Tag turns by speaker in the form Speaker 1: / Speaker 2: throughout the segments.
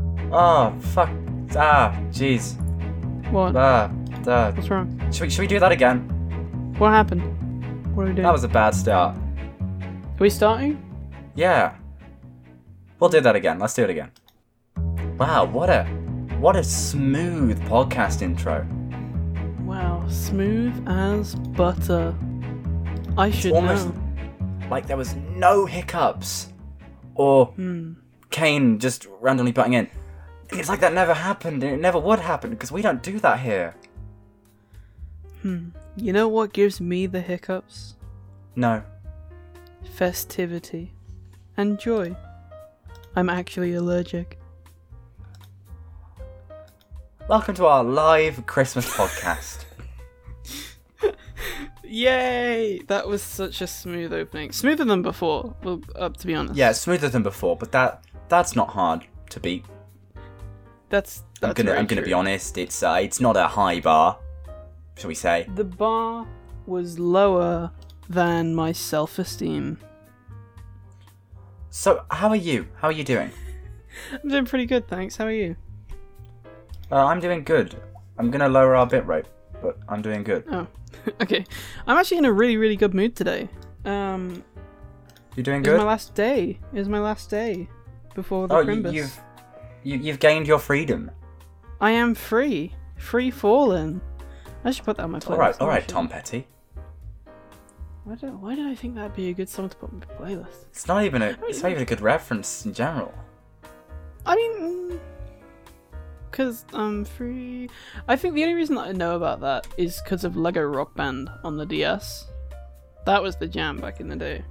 Speaker 1: Oh, fuck. Ah, jeez.
Speaker 2: What?
Speaker 1: Ah, duh.
Speaker 2: What's wrong?
Speaker 1: Should we, should we do that again?
Speaker 2: What happened? What are we doing?
Speaker 1: That was a bad start.
Speaker 2: Are we starting?
Speaker 1: Yeah. We'll do that again. Let's do it again. Wow, what a what a smooth podcast intro.
Speaker 2: Wow, smooth as butter. I should
Speaker 1: almost-
Speaker 2: know.
Speaker 1: Like there was no hiccups. Or
Speaker 2: Hmm.
Speaker 1: Kane just randomly butting in. It's like that never happened and it never would happen because we don't do that here.
Speaker 2: You know what gives me the hiccups?
Speaker 1: No.
Speaker 2: Festivity. And joy. I'm actually allergic.
Speaker 1: Welcome to our live Christmas podcast.
Speaker 2: Yay! That was such a smooth opening. Smoother than before, well, up to be honest.
Speaker 1: Yeah, it's smoother than before, but that that's not hard to beat.
Speaker 2: That's, that's
Speaker 1: I'm gonna
Speaker 2: very
Speaker 1: I'm gonna be
Speaker 2: true.
Speaker 1: honest. It's uh, it's not a high bar, shall we say?
Speaker 2: The bar was lower than my self esteem.
Speaker 1: So how are you? How are you doing?
Speaker 2: I'm doing pretty good, thanks. How are you?
Speaker 1: Uh, I'm doing good. I'm gonna lower our bit rate, but I'm doing good.
Speaker 2: Oh, okay. I'm actually in a really, really good mood today. Um,
Speaker 1: You doing
Speaker 2: it's my
Speaker 1: good?
Speaker 2: last day. It's my last day before the
Speaker 1: Oh, you,
Speaker 2: Crimbus.
Speaker 1: you've you, you've gained your freedom.
Speaker 2: I am free, free fallen. I should put that on my playlist.
Speaker 1: All right, all
Speaker 2: now,
Speaker 1: right,
Speaker 2: actually.
Speaker 1: Tom Petty.
Speaker 2: Why did, why did I think that'd be a good song to put on my playlist?
Speaker 1: It's not even a it's not even a good reference in general.
Speaker 2: I mean, because I'm free. I think the only reason that I know about that is because of Lego Rock Band on the DS. That was the jam back in the day.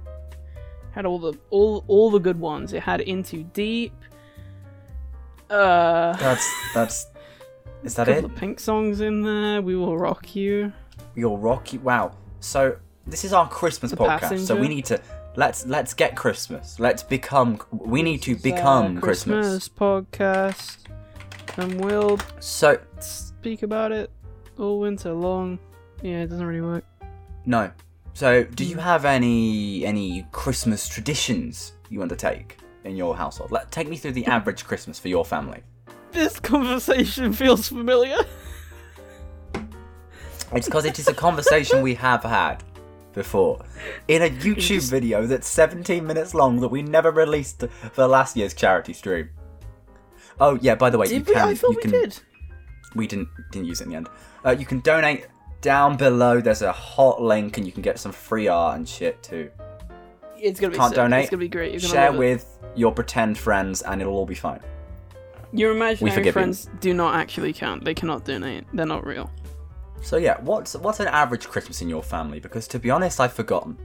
Speaker 2: Had all the all all the good ones. It had Into Deep. Uh,
Speaker 1: That's that's is that it?
Speaker 2: couple of Pink songs in there. We will rock you.
Speaker 1: Your rocky wow. So this is our Christmas podcast. So we
Speaker 2: passenger.
Speaker 1: need to let's let's get Christmas. Let's become. We need to become
Speaker 2: Uh,
Speaker 1: Christmas.
Speaker 2: Christmas podcast, and we'll
Speaker 1: So
Speaker 2: speak about it all winter long. Yeah, it doesn't really work.
Speaker 1: no. So do you have any any Christmas traditions you undertake in your household? Let take me through the average Christmas for your family.
Speaker 2: This conversation feels familiar.
Speaker 1: It's because it is a conversation we have had before in a YouTube video that's 17 minutes long that we never released for last year's charity stream. Oh yeah, by the way, you
Speaker 2: Did we?
Speaker 1: can
Speaker 2: I thought
Speaker 1: you
Speaker 2: we
Speaker 1: can
Speaker 2: did.
Speaker 1: we didn't didn't use it in the end. Uh, you can donate down below. There's a hot link and you can get some free art and shit too.
Speaker 2: It's gonna be
Speaker 1: Can't
Speaker 2: sick.
Speaker 1: donate.
Speaker 2: It's gonna be great. You're gonna
Speaker 1: Share
Speaker 2: love it.
Speaker 1: with your pretend friends and it'll all be fine.
Speaker 2: your
Speaker 1: We
Speaker 2: imaginary
Speaker 1: forgive
Speaker 2: friends. Do not actually count. They cannot donate. They're not real.
Speaker 1: So yeah, what's what's an average Christmas in your family? Because to be honest, I've forgotten.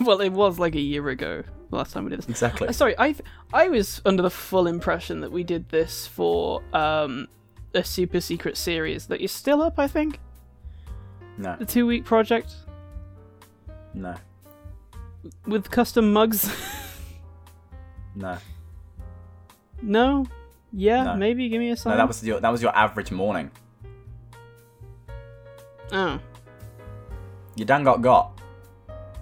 Speaker 2: well, it was like a year ago. the Last time we did this.
Speaker 1: Exactly.
Speaker 2: Uh, Sorry, I th- I was under the full impression that we did this for um a super secret series that is still up. I think
Speaker 1: No,
Speaker 2: the two week project
Speaker 1: no,
Speaker 2: with custom mugs.
Speaker 1: no.
Speaker 2: no. Yeah,
Speaker 1: No.
Speaker 2: maybe give me a sign.
Speaker 1: No, that was your that was your average morning.
Speaker 2: Oh,
Speaker 1: You done got got.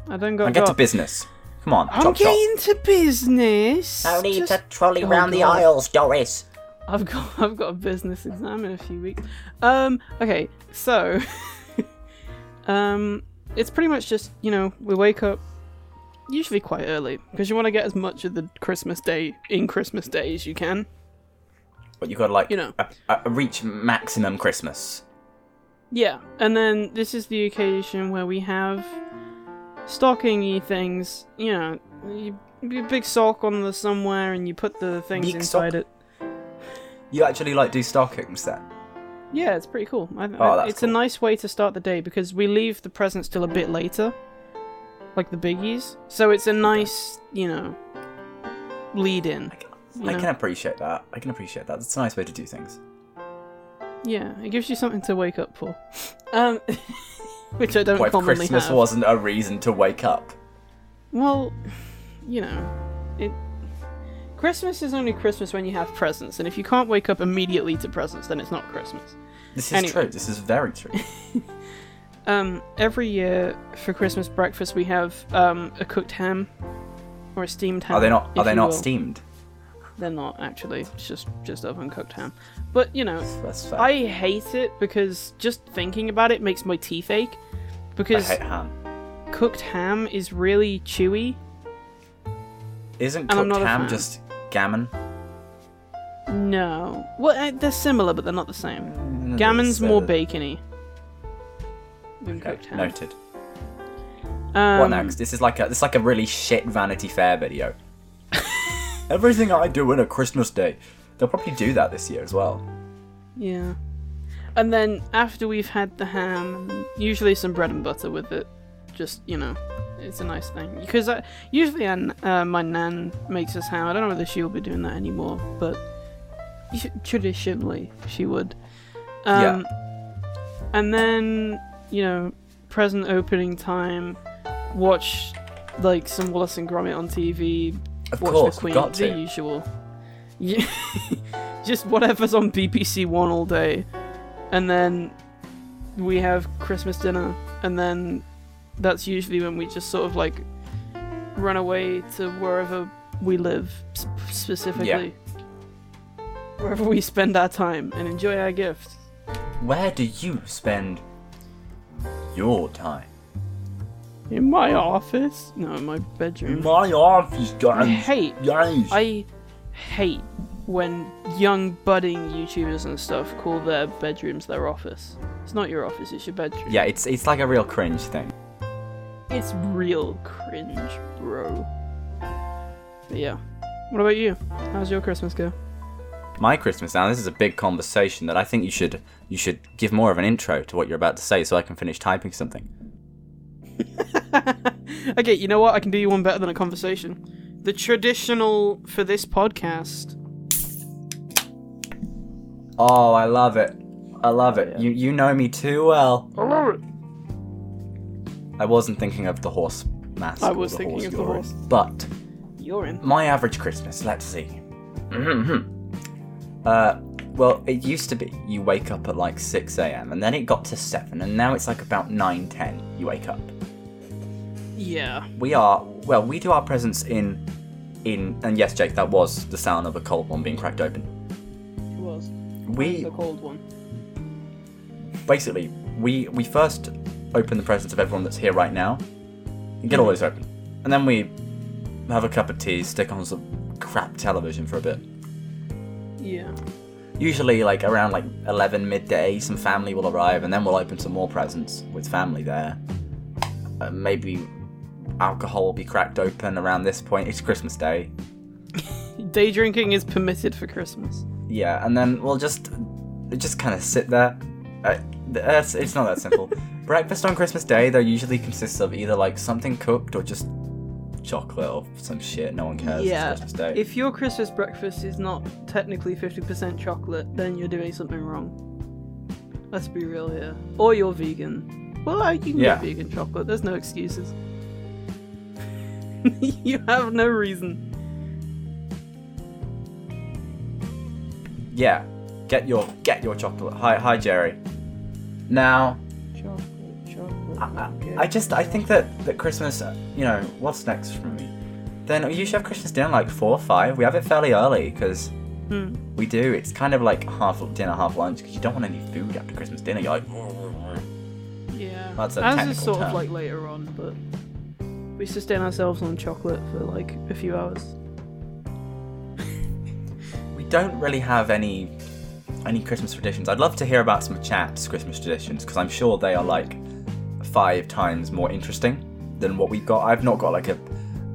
Speaker 2: I don't got.
Speaker 1: And get to
Speaker 2: got.
Speaker 1: business. Come on,
Speaker 2: I'm
Speaker 1: chop chop.
Speaker 2: getting to business. Just-
Speaker 1: trolley
Speaker 2: Oh, round the God. aisles,
Speaker 1: Doris.
Speaker 2: I've got I've got a business exam in a few weeks. Um okay, so um it's pretty much just, you know, we wake up usually quite early because you want to get as much of the Christmas day in Christmas day as you can.
Speaker 1: But you gotta like
Speaker 2: You know.
Speaker 1: uh, uh, reach maximum Christmas.
Speaker 2: Yeah, and then this is the occasion where we have stockingy things, you know, you, you big sock on the somewhere and you put the things
Speaker 1: Big sock?
Speaker 2: inside it.
Speaker 1: You actually like do stockings then?
Speaker 2: Yeah, it's pretty cool. I,
Speaker 1: Oh,
Speaker 2: I-
Speaker 1: that's
Speaker 2: it's
Speaker 1: cool.
Speaker 2: a nice way to start the day because we leave the presents till a bit later, like the biggies. So it's a nice, you know, lead in.
Speaker 1: I can,
Speaker 2: You
Speaker 1: I
Speaker 2: know.
Speaker 1: can appreciate that. I can appreciate that. It's a nice way to do things.
Speaker 2: Yeah, it gives you something to wake up for, um, which I don't
Speaker 1: What if
Speaker 2: commonly
Speaker 1: Christmas
Speaker 2: have.
Speaker 1: wasn't a reason to wake up?
Speaker 2: Well, you know, it. Christmas is only Christmas when you have presents, and if you can't wake up immediately to presents, then it's not Christmas.
Speaker 1: This is
Speaker 2: Anyway.
Speaker 1: true. This is very true.
Speaker 2: Um, every year for Christmas breakfast, we have um, a cooked ham or a steamed ham.
Speaker 1: Are they not?
Speaker 2: if
Speaker 1: Are they
Speaker 2: you
Speaker 1: not
Speaker 2: will.
Speaker 1: steamed?
Speaker 2: They're not actually. It's just just oven cooked ham. But you know,
Speaker 1: That's fair.
Speaker 2: I hate it because just thinking about it makes my teeth ache.
Speaker 1: I
Speaker 2: Because
Speaker 1: hate ham.
Speaker 2: cooked ham is really chewy.
Speaker 1: Isn't
Speaker 2: I'm
Speaker 1: cooked
Speaker 2: not a
Speaker 1: ham
Speaker 2: fan.
Speaker 1: just gammon?
Speaker 2: No, well eh, they're similar, but they're not the same.
Speaker 1: Mm,
Speaker 2: Gammon's
Speaker 1: it's, uh,
Speaker 2: more bacony than
Speaker 1: okay,
Speaker 2: cooked ham.
Speaker 1: Noted.
Speaker 2: Um,
Speaker 1: What next? This is like a this is like a really shit Vanity Fair video. Everything I do on a Christmas day, they'll probably do that this year as well.
Speaker 2: Yeah. And then after we've had the ham, usually some bread and butter with it. Just you know, it's a nice thing because I, usually I, uh, my nan makes us ham. I don't know whether she will be doing that anymore, but usu- traditionally she would. Um, And then you know, present opening time, watch like some Wallace and Gromit on TV.
Speaker 1: Of
Speaker 2: watch
Speaker 1: course,
Speaker 2: the Queen,
Speaker 1: got
Speaker 2: the
Speaker 1: to.
Speaker 2: usual. Yeah. just whatever's on BBC One all day, and then we have Christmas dinner, and then that's usually when we just sort of like run away to wherever we live s- specifically, wherever we spend our time and enjoy our gifts.
Speaker 1: Where do you spend your time?
Speaker 2: In my office? No, in my bedroom.
Speaker 1: My office,
Speaker 2: I
Speaker 1: guys.
Speaker 2: hate
Speaker 1: Guys.
Speaker 2: I hate when young budding YouTubers and stuff call their bedrooms their office. It's not your office, it's your bedroom.
Speaker 1: Yeah, it's it's like a real cringe thing.
Speaker 2: It's real cringe, bro. But yeah. What about you? How's your Christmas go?
Speaker 1: My Christmas now. This is a big conversation that I think you should you should give more of an intro to what you're about to say, so I can finish typing something.
Speaker 2: okay, you know what? I can do you one better than a conversation. The traditional for this podcast.
Speaker 1: Oh, I love it. I love it.
Speaker 2: yeah.
Speaker 1: You you know me too well.
Speaker 2: I love it.
Speaker 1: I wasn't thinking of the horse mask.
Speaker 2: I
Speaker 1: or
Speaker 2: was
Speaker 1: the
Speaker 2: thinking
Speaker 1: horse
Speaker 2: of the
Speaker 1: urine,
Speaker 2: horse.
Speaker 1: But
Speaker 2: You're in.
Speaker 1: my average Christmas. Let's see. Mm-hmm. uh, well, it used to be you wake up at like six a.m. and then it got to seven, and now it's like about nine ten. You wake up.
Speaker 2: Yeah.
Speaker 1: we are well we do our presents in in and yes jake that was the sound of a cold one being cracked open
Speaker 2: It was.
Speaker 1: we
Speaker 2: The cold one.
Speaker 1: basically we we first open the presents of everyone that's here right now and get all those open and then we have a cup of tea stick on some crap television for a bit
Speaker 2: Yeah.
Speaker 1: usually like around like 11 midday some family will arrive and then we'll open some more presents with family there uh, maybe alcohol will be cracked open around this point it's christmas day
Speaker 2: Day drinking is permitted for Christmas.
Speaker 1: Yeah, and then we'll just just kind of sit there. Uh, that's it's not that simple. Breakfast on Christmas Day though usually consists of either like something cooked or just chocolate or some shit. No one cares.
Speaker 2: Yeah,
Speaker 1: It's Christmas Day.
Speaker 2: If your Christmas breakfast is not technically 50% chocolate, then you're doing something wrong. Let's be real here. Or you're vegan. Well, uh, you can
Speaker 1: Yeah.
Speaker 2: get vegan chocolate. There's no excuses. you have no reason.
Speaker 1: Yeah, get your get your chocolate. Hi hi Jerry. Now
Speaker 2: Chocolate, chocolate.
Speaker 1: I, I- I just I think that that Christmas uh, you know what's next for me. Then we usually have Christmas dinner like four or five. We have it fairly early because.
Speaker 2: Hmm.
Speaker 1: We do. It's kind of like half dinner, half lunch because you don't want any food after Christmas dinner. You're like,
Speaker 2: Yeah.
Speaker 1: That's a
Speaker 2: Ours is
Speaker 1: technical
Speaker 2: sort
Speaker 1: term.
Speaker 2: of like later on, but we sustain ourselves on chocolate for like a few hours.
Speaker 1: We don't really have any any Christmas traditions. I'd love to hear about some chat's Christmas traditions because I'm sure they are like five times more interesting than what we've got. I've not got like a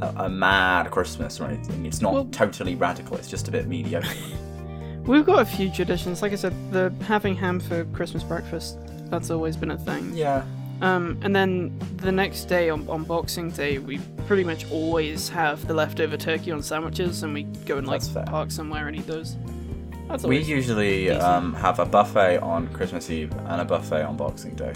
Speaker 1: a, a mad Christmas or anything. It's not
Speaker 2: Well-
Speaker 1: totally radical. It's just a bit mediocre.
Speaker 2: We've got a few traditions. Like I said, the having ham for Christmas breakfast, that's always been a thing.
Speaker 1: yeah.
Speaker 2: Um, and then the next day on, on Boxing Day, we pretty much always have the leftover turkey on sandwiches, and we go and like
Speaker 1: That's fair.
Speaker 2: park somewhere and eat those. That's
Speaker 1: We
Speaker 2: always
Speaker 1: usually
Speaker 2: Decent.
Speaker 1: um, have a buffet on Christmas Eve and a buffet on Boxing Day.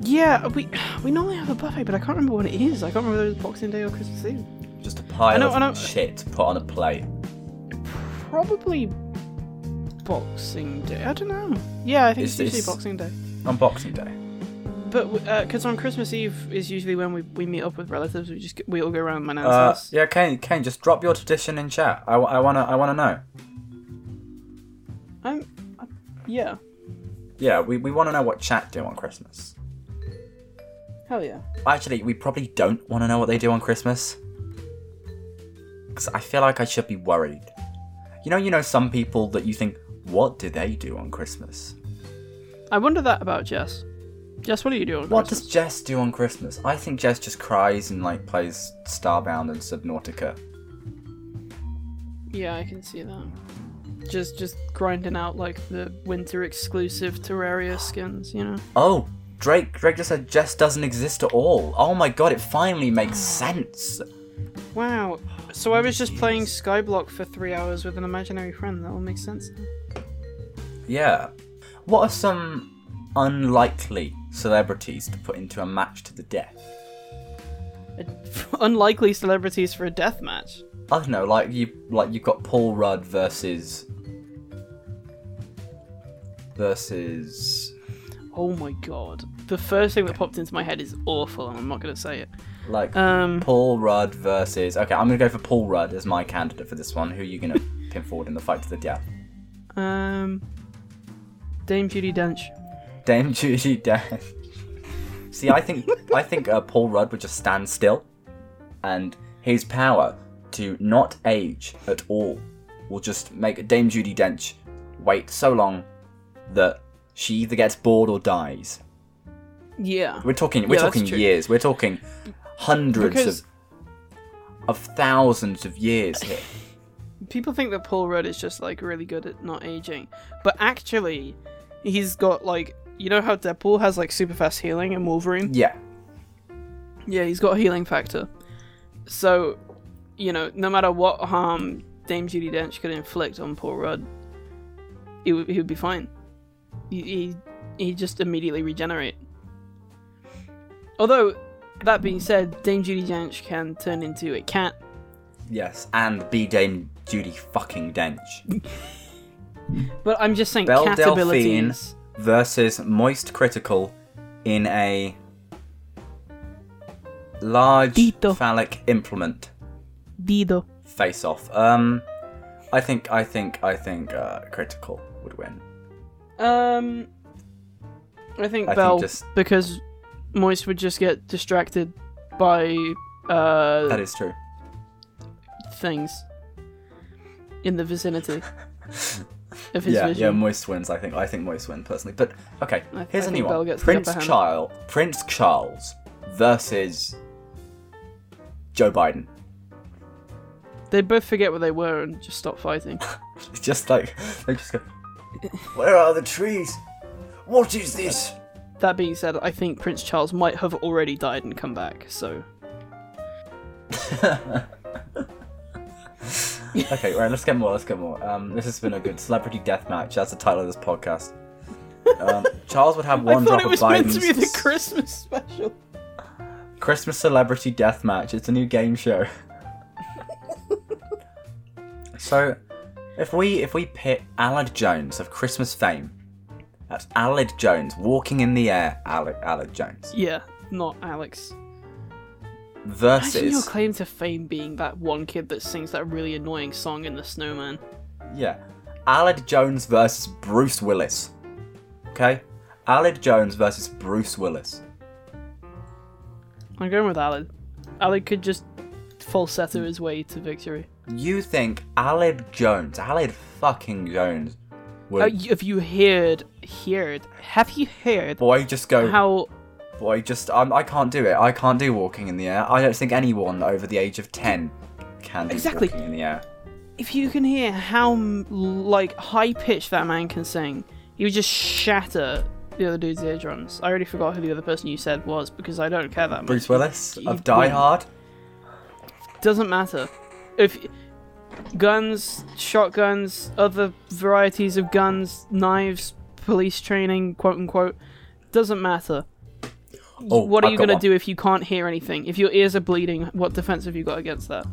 Speaker 2: yeah. We we normally have a buffet, but I can't remember what it is. I can't remember whether it's Boxing Day or Christmas Eve.
Speaker 1: Just a pile
Speaker 2: I know-
Speaker 1: of
Speaker 2: I know-
Speaker 1: shit put on a plate.
Speaker 2: Probably Boxing Day. I don't know. Yeah, I think
Speaker 1: Is
Speaker 2: it's usually
Speaker 1: this-
Speaker 2: Boxing Day.
Speaker 1: On Boxing Day.
Speaker 2: but because on Christmas Eve is usually when we, we meet up with relatives. We just we all go around my nan's
Speaker 1: Uh,
Speaker 2: house.
Speaker 1: yeah, Kane, Kane, just drop your tradition in chat. I, w- I wanna, I wanna know.
Speaker 2: I'm, i yeah,
Speaker 1: Yeah, we, we wanna know what chat do on Christmas.
Speaker 2: hell yeah.
Speaker 1: Actually, we probably don't wanna know what they do on Christmas. Because I feel like I should be worried. You know, you know some people that you think, what do they do on Christmas?
Speaker 2: I wonder that about Jess. Jess, what are you doing?
Speaker 1: What does Jess do on Christmas? I think Jess just cries and like plays Starbound and Subnautica.
Speaker 2: Yeah, I can see that. Just just grinding out like the winter exclusive Terraria skins, you know.
Speaker 1: Oh, Drake, Drake just said Jess doesn't exist at all. Oh my god, it finally makes sense.
Speaker 2: Wow. So I was just playing Skyblock for three hours with an imaginary friend. That all makes sense.
Speaker 1: Yeah. What are some unlikely celebrities to put into a match to the death?
Speaker 2: Unlikely celebrities for a death match.
Speaker 1: I don't know, like you like you've got Paul Rudd versus versus
Speaker 2: Oh my god. The first thing that popped into my head is awful, and I'm not gonna say it.
Speaker 1: like
Speaker 2: Um,
Speaker 1: Paul Rudd versus Okay, I'm gonna go for Paul Rudd as my candidate for this one. Who are you gonna pin forward in the fight to the death?
Speaker 2: um, Dame Judy Dench.
Speaker 1: Dame Judy Dench. See, I think I think uh, Paul Rudd would just stand still, and his power to not age at all will just make Dame Judy Dench wait so long that she either gets bored or dies.
Speaker 2: Yeah.
Speaker 1: We're talking we're
Speaker 2: Yeah, that's
Speaker 1: talking
Speaker 2: true.
Speaker 1: years. We're talking hundreds
Speaker 2: Because-
Speaker 1: of of thousands of years here.
Speaker 2: People think that Paul Rudd is just like really good at not aging, but actually, he's got like you know how Deadpool has like super fast healing and Wolverine.
Speaker 1: Yeah.
Speaker 2: Yeah, he's got a healing factor. So, you know, no matter what harm Dame Judy Dench could inflict on Paul Rudd, he would he would be fine. He he he just immediately regenerate. Although, that being said, Dame Judy Dench can turn into a cat.
Speaker 1: Yes. And be Dame Judy fucking Dench
Speaker 2: But I'm just saying,
Speaker 1: Belle
Speaker 2: cat
Speaker 1: Delphine.
Speaker 2: abilities.
Speaker 1: versus Moist Critical in a large
Speaker 2: Dito.
Speaker 1: phallic implement
Speaker 2: Dido.
Speaker 1: face off. Um I think I think I think uh, Critical would win.
Speaker 2: Um, I think
Speaker 1: I
Speaker 2: Bell
Speaker 1: think just
Speaker 2: because Moist would just get distracted by uh
Speaker 1: that is true.
Speaker 2: things in the vicinity of his
Speaker 1: yeah, yeah,
Speaker 2: vision.
Speaker 1: Moist wins. I think I think Moist wins personally. But okay,
Speaker 2: I-
Speaker 1: here's
Speaker 2: I
Speaker 1: a
Speaker 2: think
Speaker 1: new
Speaker 2: Bell
Speaker 1: one:
Speaker 2: gets the
Speaker 1: Prince
Speaker 2: upper hand.
Speaker 1: Charles, Prince Charles versus Joe Biden.
Speaker 2: They both forget what they were and just stop fighting.
Speaker 1: It's just like they just go, "Where are the trees? What is this?"
Speaker 2: that being said, I think Prince Charles might have already died and come back. So
Speaker 1: okay, right. Let's get more. Let's get more. Um, this has been a good celebrity death match. That's the title of this podcast. Um, Charles would have one
Speaker 2: I thought
Speaker 1: drop
Speaker 2: it was
Speaker 1: of
Speaker 2: meant
Speaker 1: Biden's
Speaker 2: to be the Christmas special.
Speaker 1: Christmas celebrity death match. It's a new game show. so, if we if we pit Alad Jones of Christmas fame, that's Alad Jones walking in the air. Alad, Alad Jones
Speaker 2: Yeah, not Alex. Imagine your
Speaker 1: versus
Speaker 2: claim to fame being that one kid that sings that really annoying song in The Snowman.
Speaker 1: yeah, Alad Jones versus Bruce Willis. Okay, Alad Jones versus Bruce Willis.
Speaker 2: I'm going with Alad. Alad could just falsetto his way to victory.
Speaker 1: You think Alad Jones, Alad fucking Jones, would
Speaker 2: Uh, y- have you heard? Heard? Have you heard
Speaker 1: boy just go?
Speaker 2: how?
Speaker 1: Boy, just um, I can't do it. I can't do walking in the air. I don't think anyone over the age of ten can do
Speaker 2: Exactly.
Speaker 1: walking in the air.
Speaker 2: If you can hear how mm, like high pitched that man can sing, he would just shatter the other dude's eardrums. I already forgot who the other person you said was because I don't care that much.
Speaker 1: Bruce Willis of
Speaker 2: You'd
Speaker 1: Die
Speaker 2: win.
Speaker 1: Hard.
Speaker 2: Doesn't matter. If guns, shotguns, other varieties of guns, knives, police training, quote unquote, doesn't matter.
Speaker 1: Oh,
Speaker 2: what are
Speaker 1: I've
Speaker 2: you
Speaker 1: got
Speaker 2: going to
Speaker 1: one.
Speaker 2: do if you can't hear anything? If your ears are bleeding, what defense have you got against that?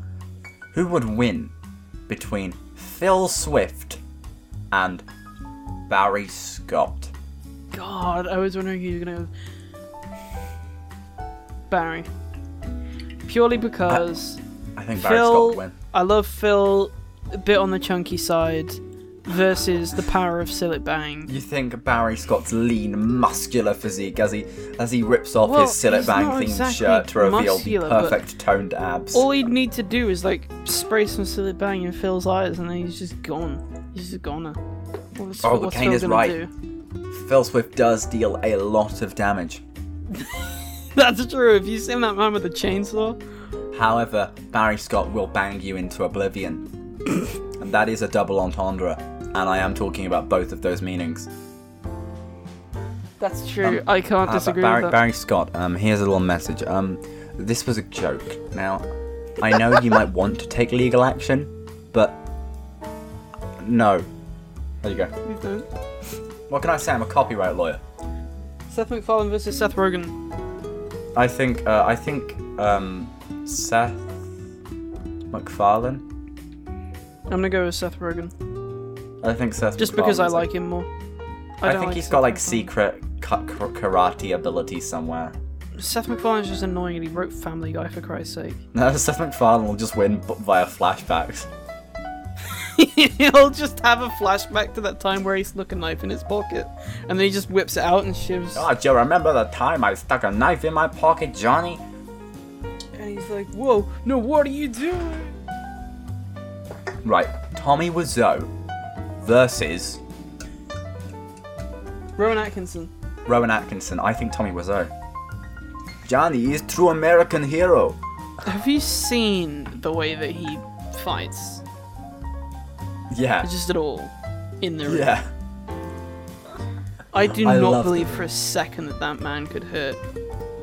Speaker 1: Who would win between Phil Swift and Barry Scott?
Speaker 2: God, I was wondering who you're going to. Barry. Purely because
Speaker 1: I think Barry Scott could
Speaker 2: Phil,
Speaker 1: win.
Speaker 2: I love Phil a bit on the chunky side versus the power of Sillet Bang.
Speaker 1: You think Barry Scott's lean, muscular physique as he as he rips off
Speaker 2: Well,
Speaker 1: his Sillet
Speaker 2: he's
Speaker 1: Bang
Speaker 2: not
Speaker 1: themed
Speaker 2: exactly
Speaker 1: shirt to reveal
Speaker 2: muscular,
Speaker 1: the
Speaker 2: but-
Speaker 1: perfect toned abs.
Speaker 2: All he'd need to do is like spray some Sillet Bang in Phil's eyes, and then he's just gone. He's just goner. What's,
Speaker 1: Oh, but
Speaker 2: what's
Speaker 1: Kane
Speaker 2: Phil
Speaker 1: is
Speaker 2: gonna
Speaker 1: right.
Speaker 2: do?
Speaker 1: Phil Swift does deal a lot of damage.
Speaker 2: That's true. Have you seen that man with the chainsaw?
Speaker 1: However, Barry Scott will bang you into oblivion. and that is a double entendre. And I am talking about both of those meanings.
Speaker 2: That's true. I can't
Speaker 1: Uh,
Speaker 2: disagree
Speaker 1: Barry,
Speaker 2: with that.
Speaker 1: Barry Scott, um, here's a little message. Um, this was a joke. Now, I know you might want to take legal action, but no. There you go.
Speaker 2: Please don't.
Speaker 1: What can I say? I'm a copyright lawyer.
Speaker 2: Seth MacFarlane versus Seth Rogen.
Speaker 1: I think. Uh, I think. Um, Seth MacFarlane.
Speaker 2: I'm gonna go with Seth Rogen
Speaker 1: I think Seth.
Speaker 2: just because I
Speaker 1: MacFarlane's a-
Speaker 2: like him more.
Speaker 1: I,
Speaker 2: don't
Speaker 1: think
Speaker 2: like
Speaker 1: he's
Speaker 2: Seth
Speaker 1: got like
Speaker 2: MacFarlane.
Speaker 1: secret ka- ka- karate ability somewhere.
Speaker 2: Seth MacFarlane's just annoying, and he wrote Family Guy for Christ's sake.
Speaker 1: No, Seth MacFarlane will just win b- via flashbacks.
Speaker 2: He'll just have a flashback to that time where he stuck a knife in his pocket, and then he just whips it out and shivs.
Speaker 1: Ah, Joe, remember the time I stuck a knife in my pocket, Johnny?
Speaker 2: And he's like, "Whoa, no, what are you doing?"
Speaker 1: Right, Tommy Wiseau versus
Speaker 2: Rowan Atkinson.
Speaker 1: Rowan Atkinson. I think Tommy Wiseau. Johnny is true American hero.
Speaker 2: Have you seen the way that he fights?
Speaker 1: Yeah,
Speaker 2: Just at all in the ring.
Speaker 1: yeah.
Speaker 2: I do
Speaker 1: I
Speaker 2: not
Speaker 1: love
Speaker 2: believe for a second that that man could hurt.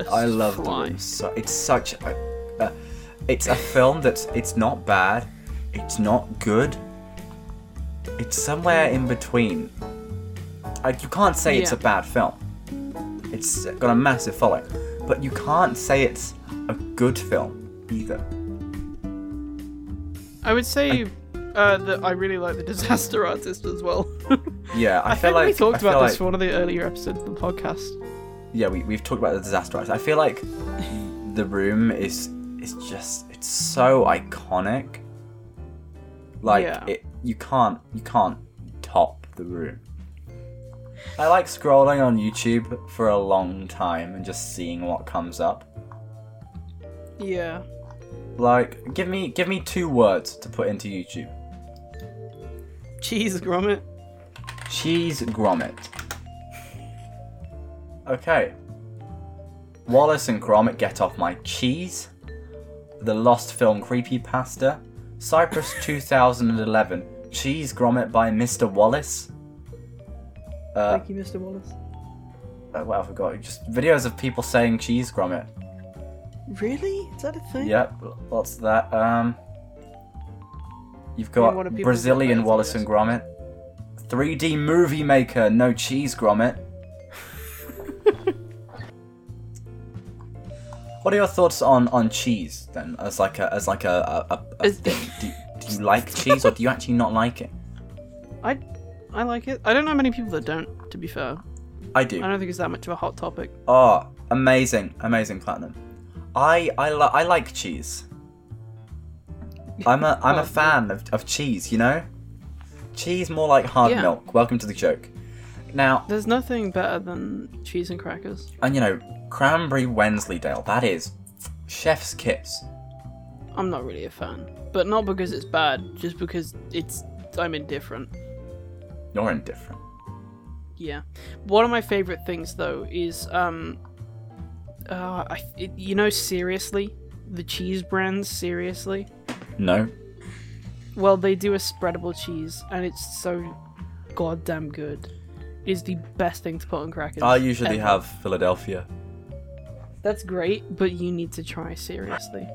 Speaker 2: a
Speaker 1: I love the
Speaker 2: fly.
Speaker 1: room. So, it's such a, a, it's a film that's it's not bad, it's not good. It's somewhere in between. Like you can't say it's a
Speaker 2: Yeah.
Speaker 1: bad film. It's got a massive following, but you can't say it's a good film either.
Speaker 2: I would say uh, that I really like the Disaster Artist as well.
Speaker 1: Yeah, I,
Speaker 2: I,
Speaker 1: feel
Speaker 2: think
Speaker 1: like
Speaker 2: we
Speaker 1: I
Speaker 2: talked
Speaker 1: feel
Speaker 2: about this
Speaker 1: like-
Speaker 2: for one of the earlier episodes of the podcast.
Speaker 1: yeah, we, we've talked about the disaster artist. I feel like the room is is just it's so iconic. Like
Speaker 2: Yeah.
Speaker 1: it, you can't you can't top the room. I like scrolling on YouTube for a long time and just seeing what comes up.
Speaker 2: Yeah.
Speaker 1: Like, give me give me two words to put into YouTube.
Speaker 2: Cheese grommet.
Speaker 1: Cheese grommet. Okay. Wallace and Gromit get off my cheese. The Lost Film Creepypasta. Cyprus 2011. Cheese Grommet by Mr. Wallace. Uh,
Speaker 2: Thank you, Mr. Wallace.
Speaker 1: uh, what have I got? Just videos of people saying cheese grommet.
Speaker 2: Really? Is that a thing?
Speaker 1: Yep, lots of that. Um, you've
Speaker 2: mean, what do
Speaker 1: got
Speaker 2: people
Speaker 1: Brazilian
Speaker 2: think that is, I
Speaker 1: Wallace and Gromit. 3D Movie Maker, no cheese grommet. what are your thoughts on, on cheese then, as like a as like a, a, a, a
Speaker 2: Is-
Speaker 1: thing? Do, do you like cheese or do you actually not like it?
Speaker 2: I, I like it. I don't know many people that don't. To be fair,
Speaker 1: I do.
Speaker 2: I don't think it's that much of a hot topic.
Speaker 1: Oh, amazing, amazing platinum. I I, li- I like cheese. I'm a I'm
Speaker 2: Oh,
Speaker 1: a fan of, of cheese, you know? Cheese more like hard
Speaker 2: Yeah.
Speaker 1: milk. Welcome to the joke. Now,
Speaker 2: There's nothing better than cheese and crackers.
Speaker 1: and you know, cranberry Wensleydale, that is chef's kiss.
Speaker 2: I'm not really a fan, but not because it's bad, just because it's I'm indifferent.
Speaker 1: You're indifferent.
Speaker 2: Yeah. One of my favorite things though is um, uh, I, it- you know, seriously, the cheese brands, seriously.
Speaker 1: No.
Speaker 2: Well, they do a spreadable cheese, and it's so goddamn good. It is the best thing to put on crackers.
Speaker 1: I usually
Speaker 2: ever.
Speaker 1: have Philadelphia.
Speaker 2: That's great, but you need to try seriously.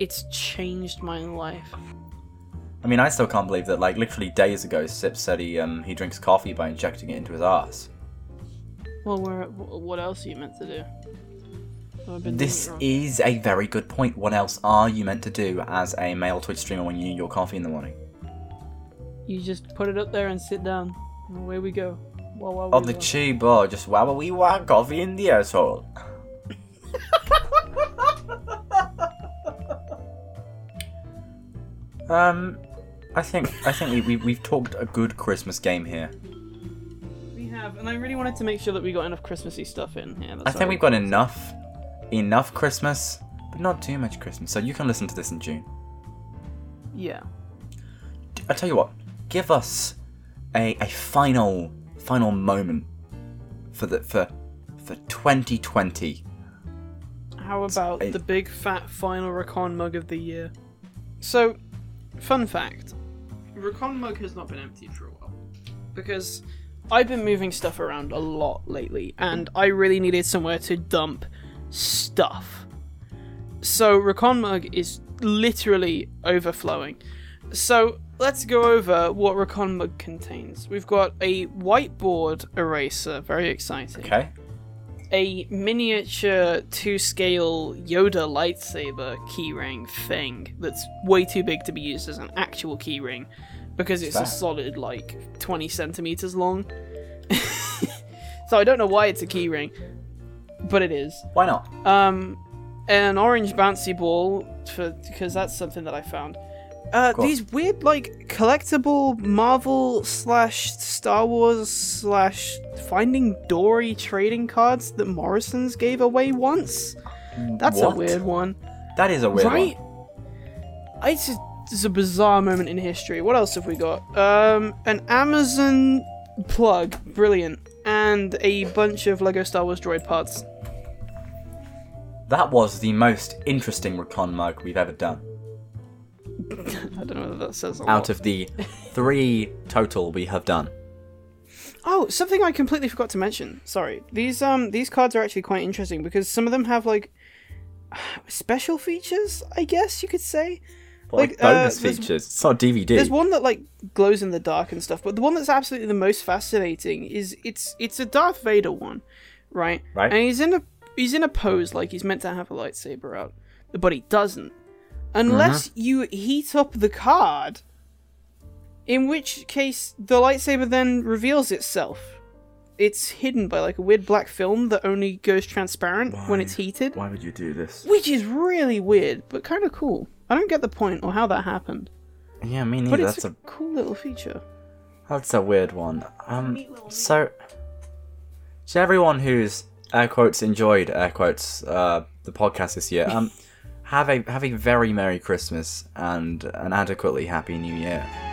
Speaker 2: It's changed my life.
Speaker 1: I mean, I still can't believe that like literally days ago Sip said he um he drinks coffee by injecting it into his ass.
Speaker 2: Well, where, wh- what else are you meant to do? Have I been doing
Speaker 1: This
Speaker 2: it wrong?
Speaker 1: is a very good point. What else are you meant to do as a male Twitch streamer when you need your coffee in the morning?
Speaker 2: You just put it up there and sit down. and Away we go. Wow, wow,
Speaker 1: On the
Speaker 2: wee, wow.
Speaker 1: tube, or just wow, we want coffee in the asshole. Um, I think I think we, we we've talked a good Christmas game here.
Speaker 2: We have, and I really wanted to make sure that we got enough Christmassy stuff in here.
Speaker 1: I think we've got enough, enough Christmas, but not too much Christmas. So you can listen to this in June.
Speaker 2: Yeah.
Speaker 1: I tell you what, give us a a final final moment for the for for 2020.
Speaker 2: How about
Speaker 1: I-
Speaker 2: the big fat final Recon mug of the year? So, fun fact Recon mug has not been emptied for a while. Because I've been moving stuff around a lot lately, and I really needed somewhere to dump stuff. So, Recon mug is literally overflowing. So, let's go over what Recon mug contains. We've got a whiteboard eraser, very exciting
Speaker 1: Okay.
Speaker 2: a miniature two scale Yoda lightsaber keyring thing that's way too big to be used as an actual keyring because it's a
Speaker 1: Fair.
Speaker 2: solid like 20 centimeters long. so I don't know why it's a keyring, but it is.
Speaker 1: Why not?
Speaker 2: Um, an orange bouncy ball for because that's something that I found. Uh,
Speaker 1: Cool.
Speaker 2: These weird like collectible Marvel slash Star Wars slash Finding Dory trading cards that Morrison's gave away once. That's
Speaker 1: What?
Speaker 2: a weird one,
Speaker 1: That is a weird
Speaker 2: right?
Speaker 1: one.
Speaker 2: I just it's a bizarre moment in history. What else have we got? Um, an Amazon plug, brilliant, and a bunch of Lego Star Wars droid parts.
Speaker 1: That was the most interesting recon mug we've ever done.
Speaker 2: I don't know whether that says a lot.
Speaker 1: Out of the three total we have done.
Speaker 2: Oh, something I completely forgot to mention. Sorry. These um these cards are actually quite interesting because some of them have like special features, I guess you could say.
Speaker 1: Like,
Speaker 2: Like, uh,
Speaker 1: bonus
Speaker 2: there's-
Speaker 1: features. It's not DVD.
Speaker 2: There's one that like glows in the dark and stuff, but the one that's absolutely the most fascinating is it's it's a Darth Vader one, right?
Speaker 1: Right.
Speaker 2: And he's in a he's in a pose like he's meant to have a lightsaber out, but he doesn't. Unless
Speaker 1: Mm-hmm.
Speaker 2: you heat up the card, in which case the lightsaber then reveals itself. It's hidden by like a weird black film that only goes transparent when it's heated,
Speaker 1: Why would you do this?
Speaker 2: which is really weird but kind of cool. I don't get the point or how that happened.
Speaker 1: Yeah, me neither.
Speaker 2: But it's
Speaker 1: That's
Speaker 2: a,
Speaker 1: a
Speaker 2: cool little feature.
Speaker 1: that's a weird one. Um, so to everyone who's air quotes enjoyed air quotes uh the podcast this year, um, have a have a very merry Christmas and an adequately happy New Year.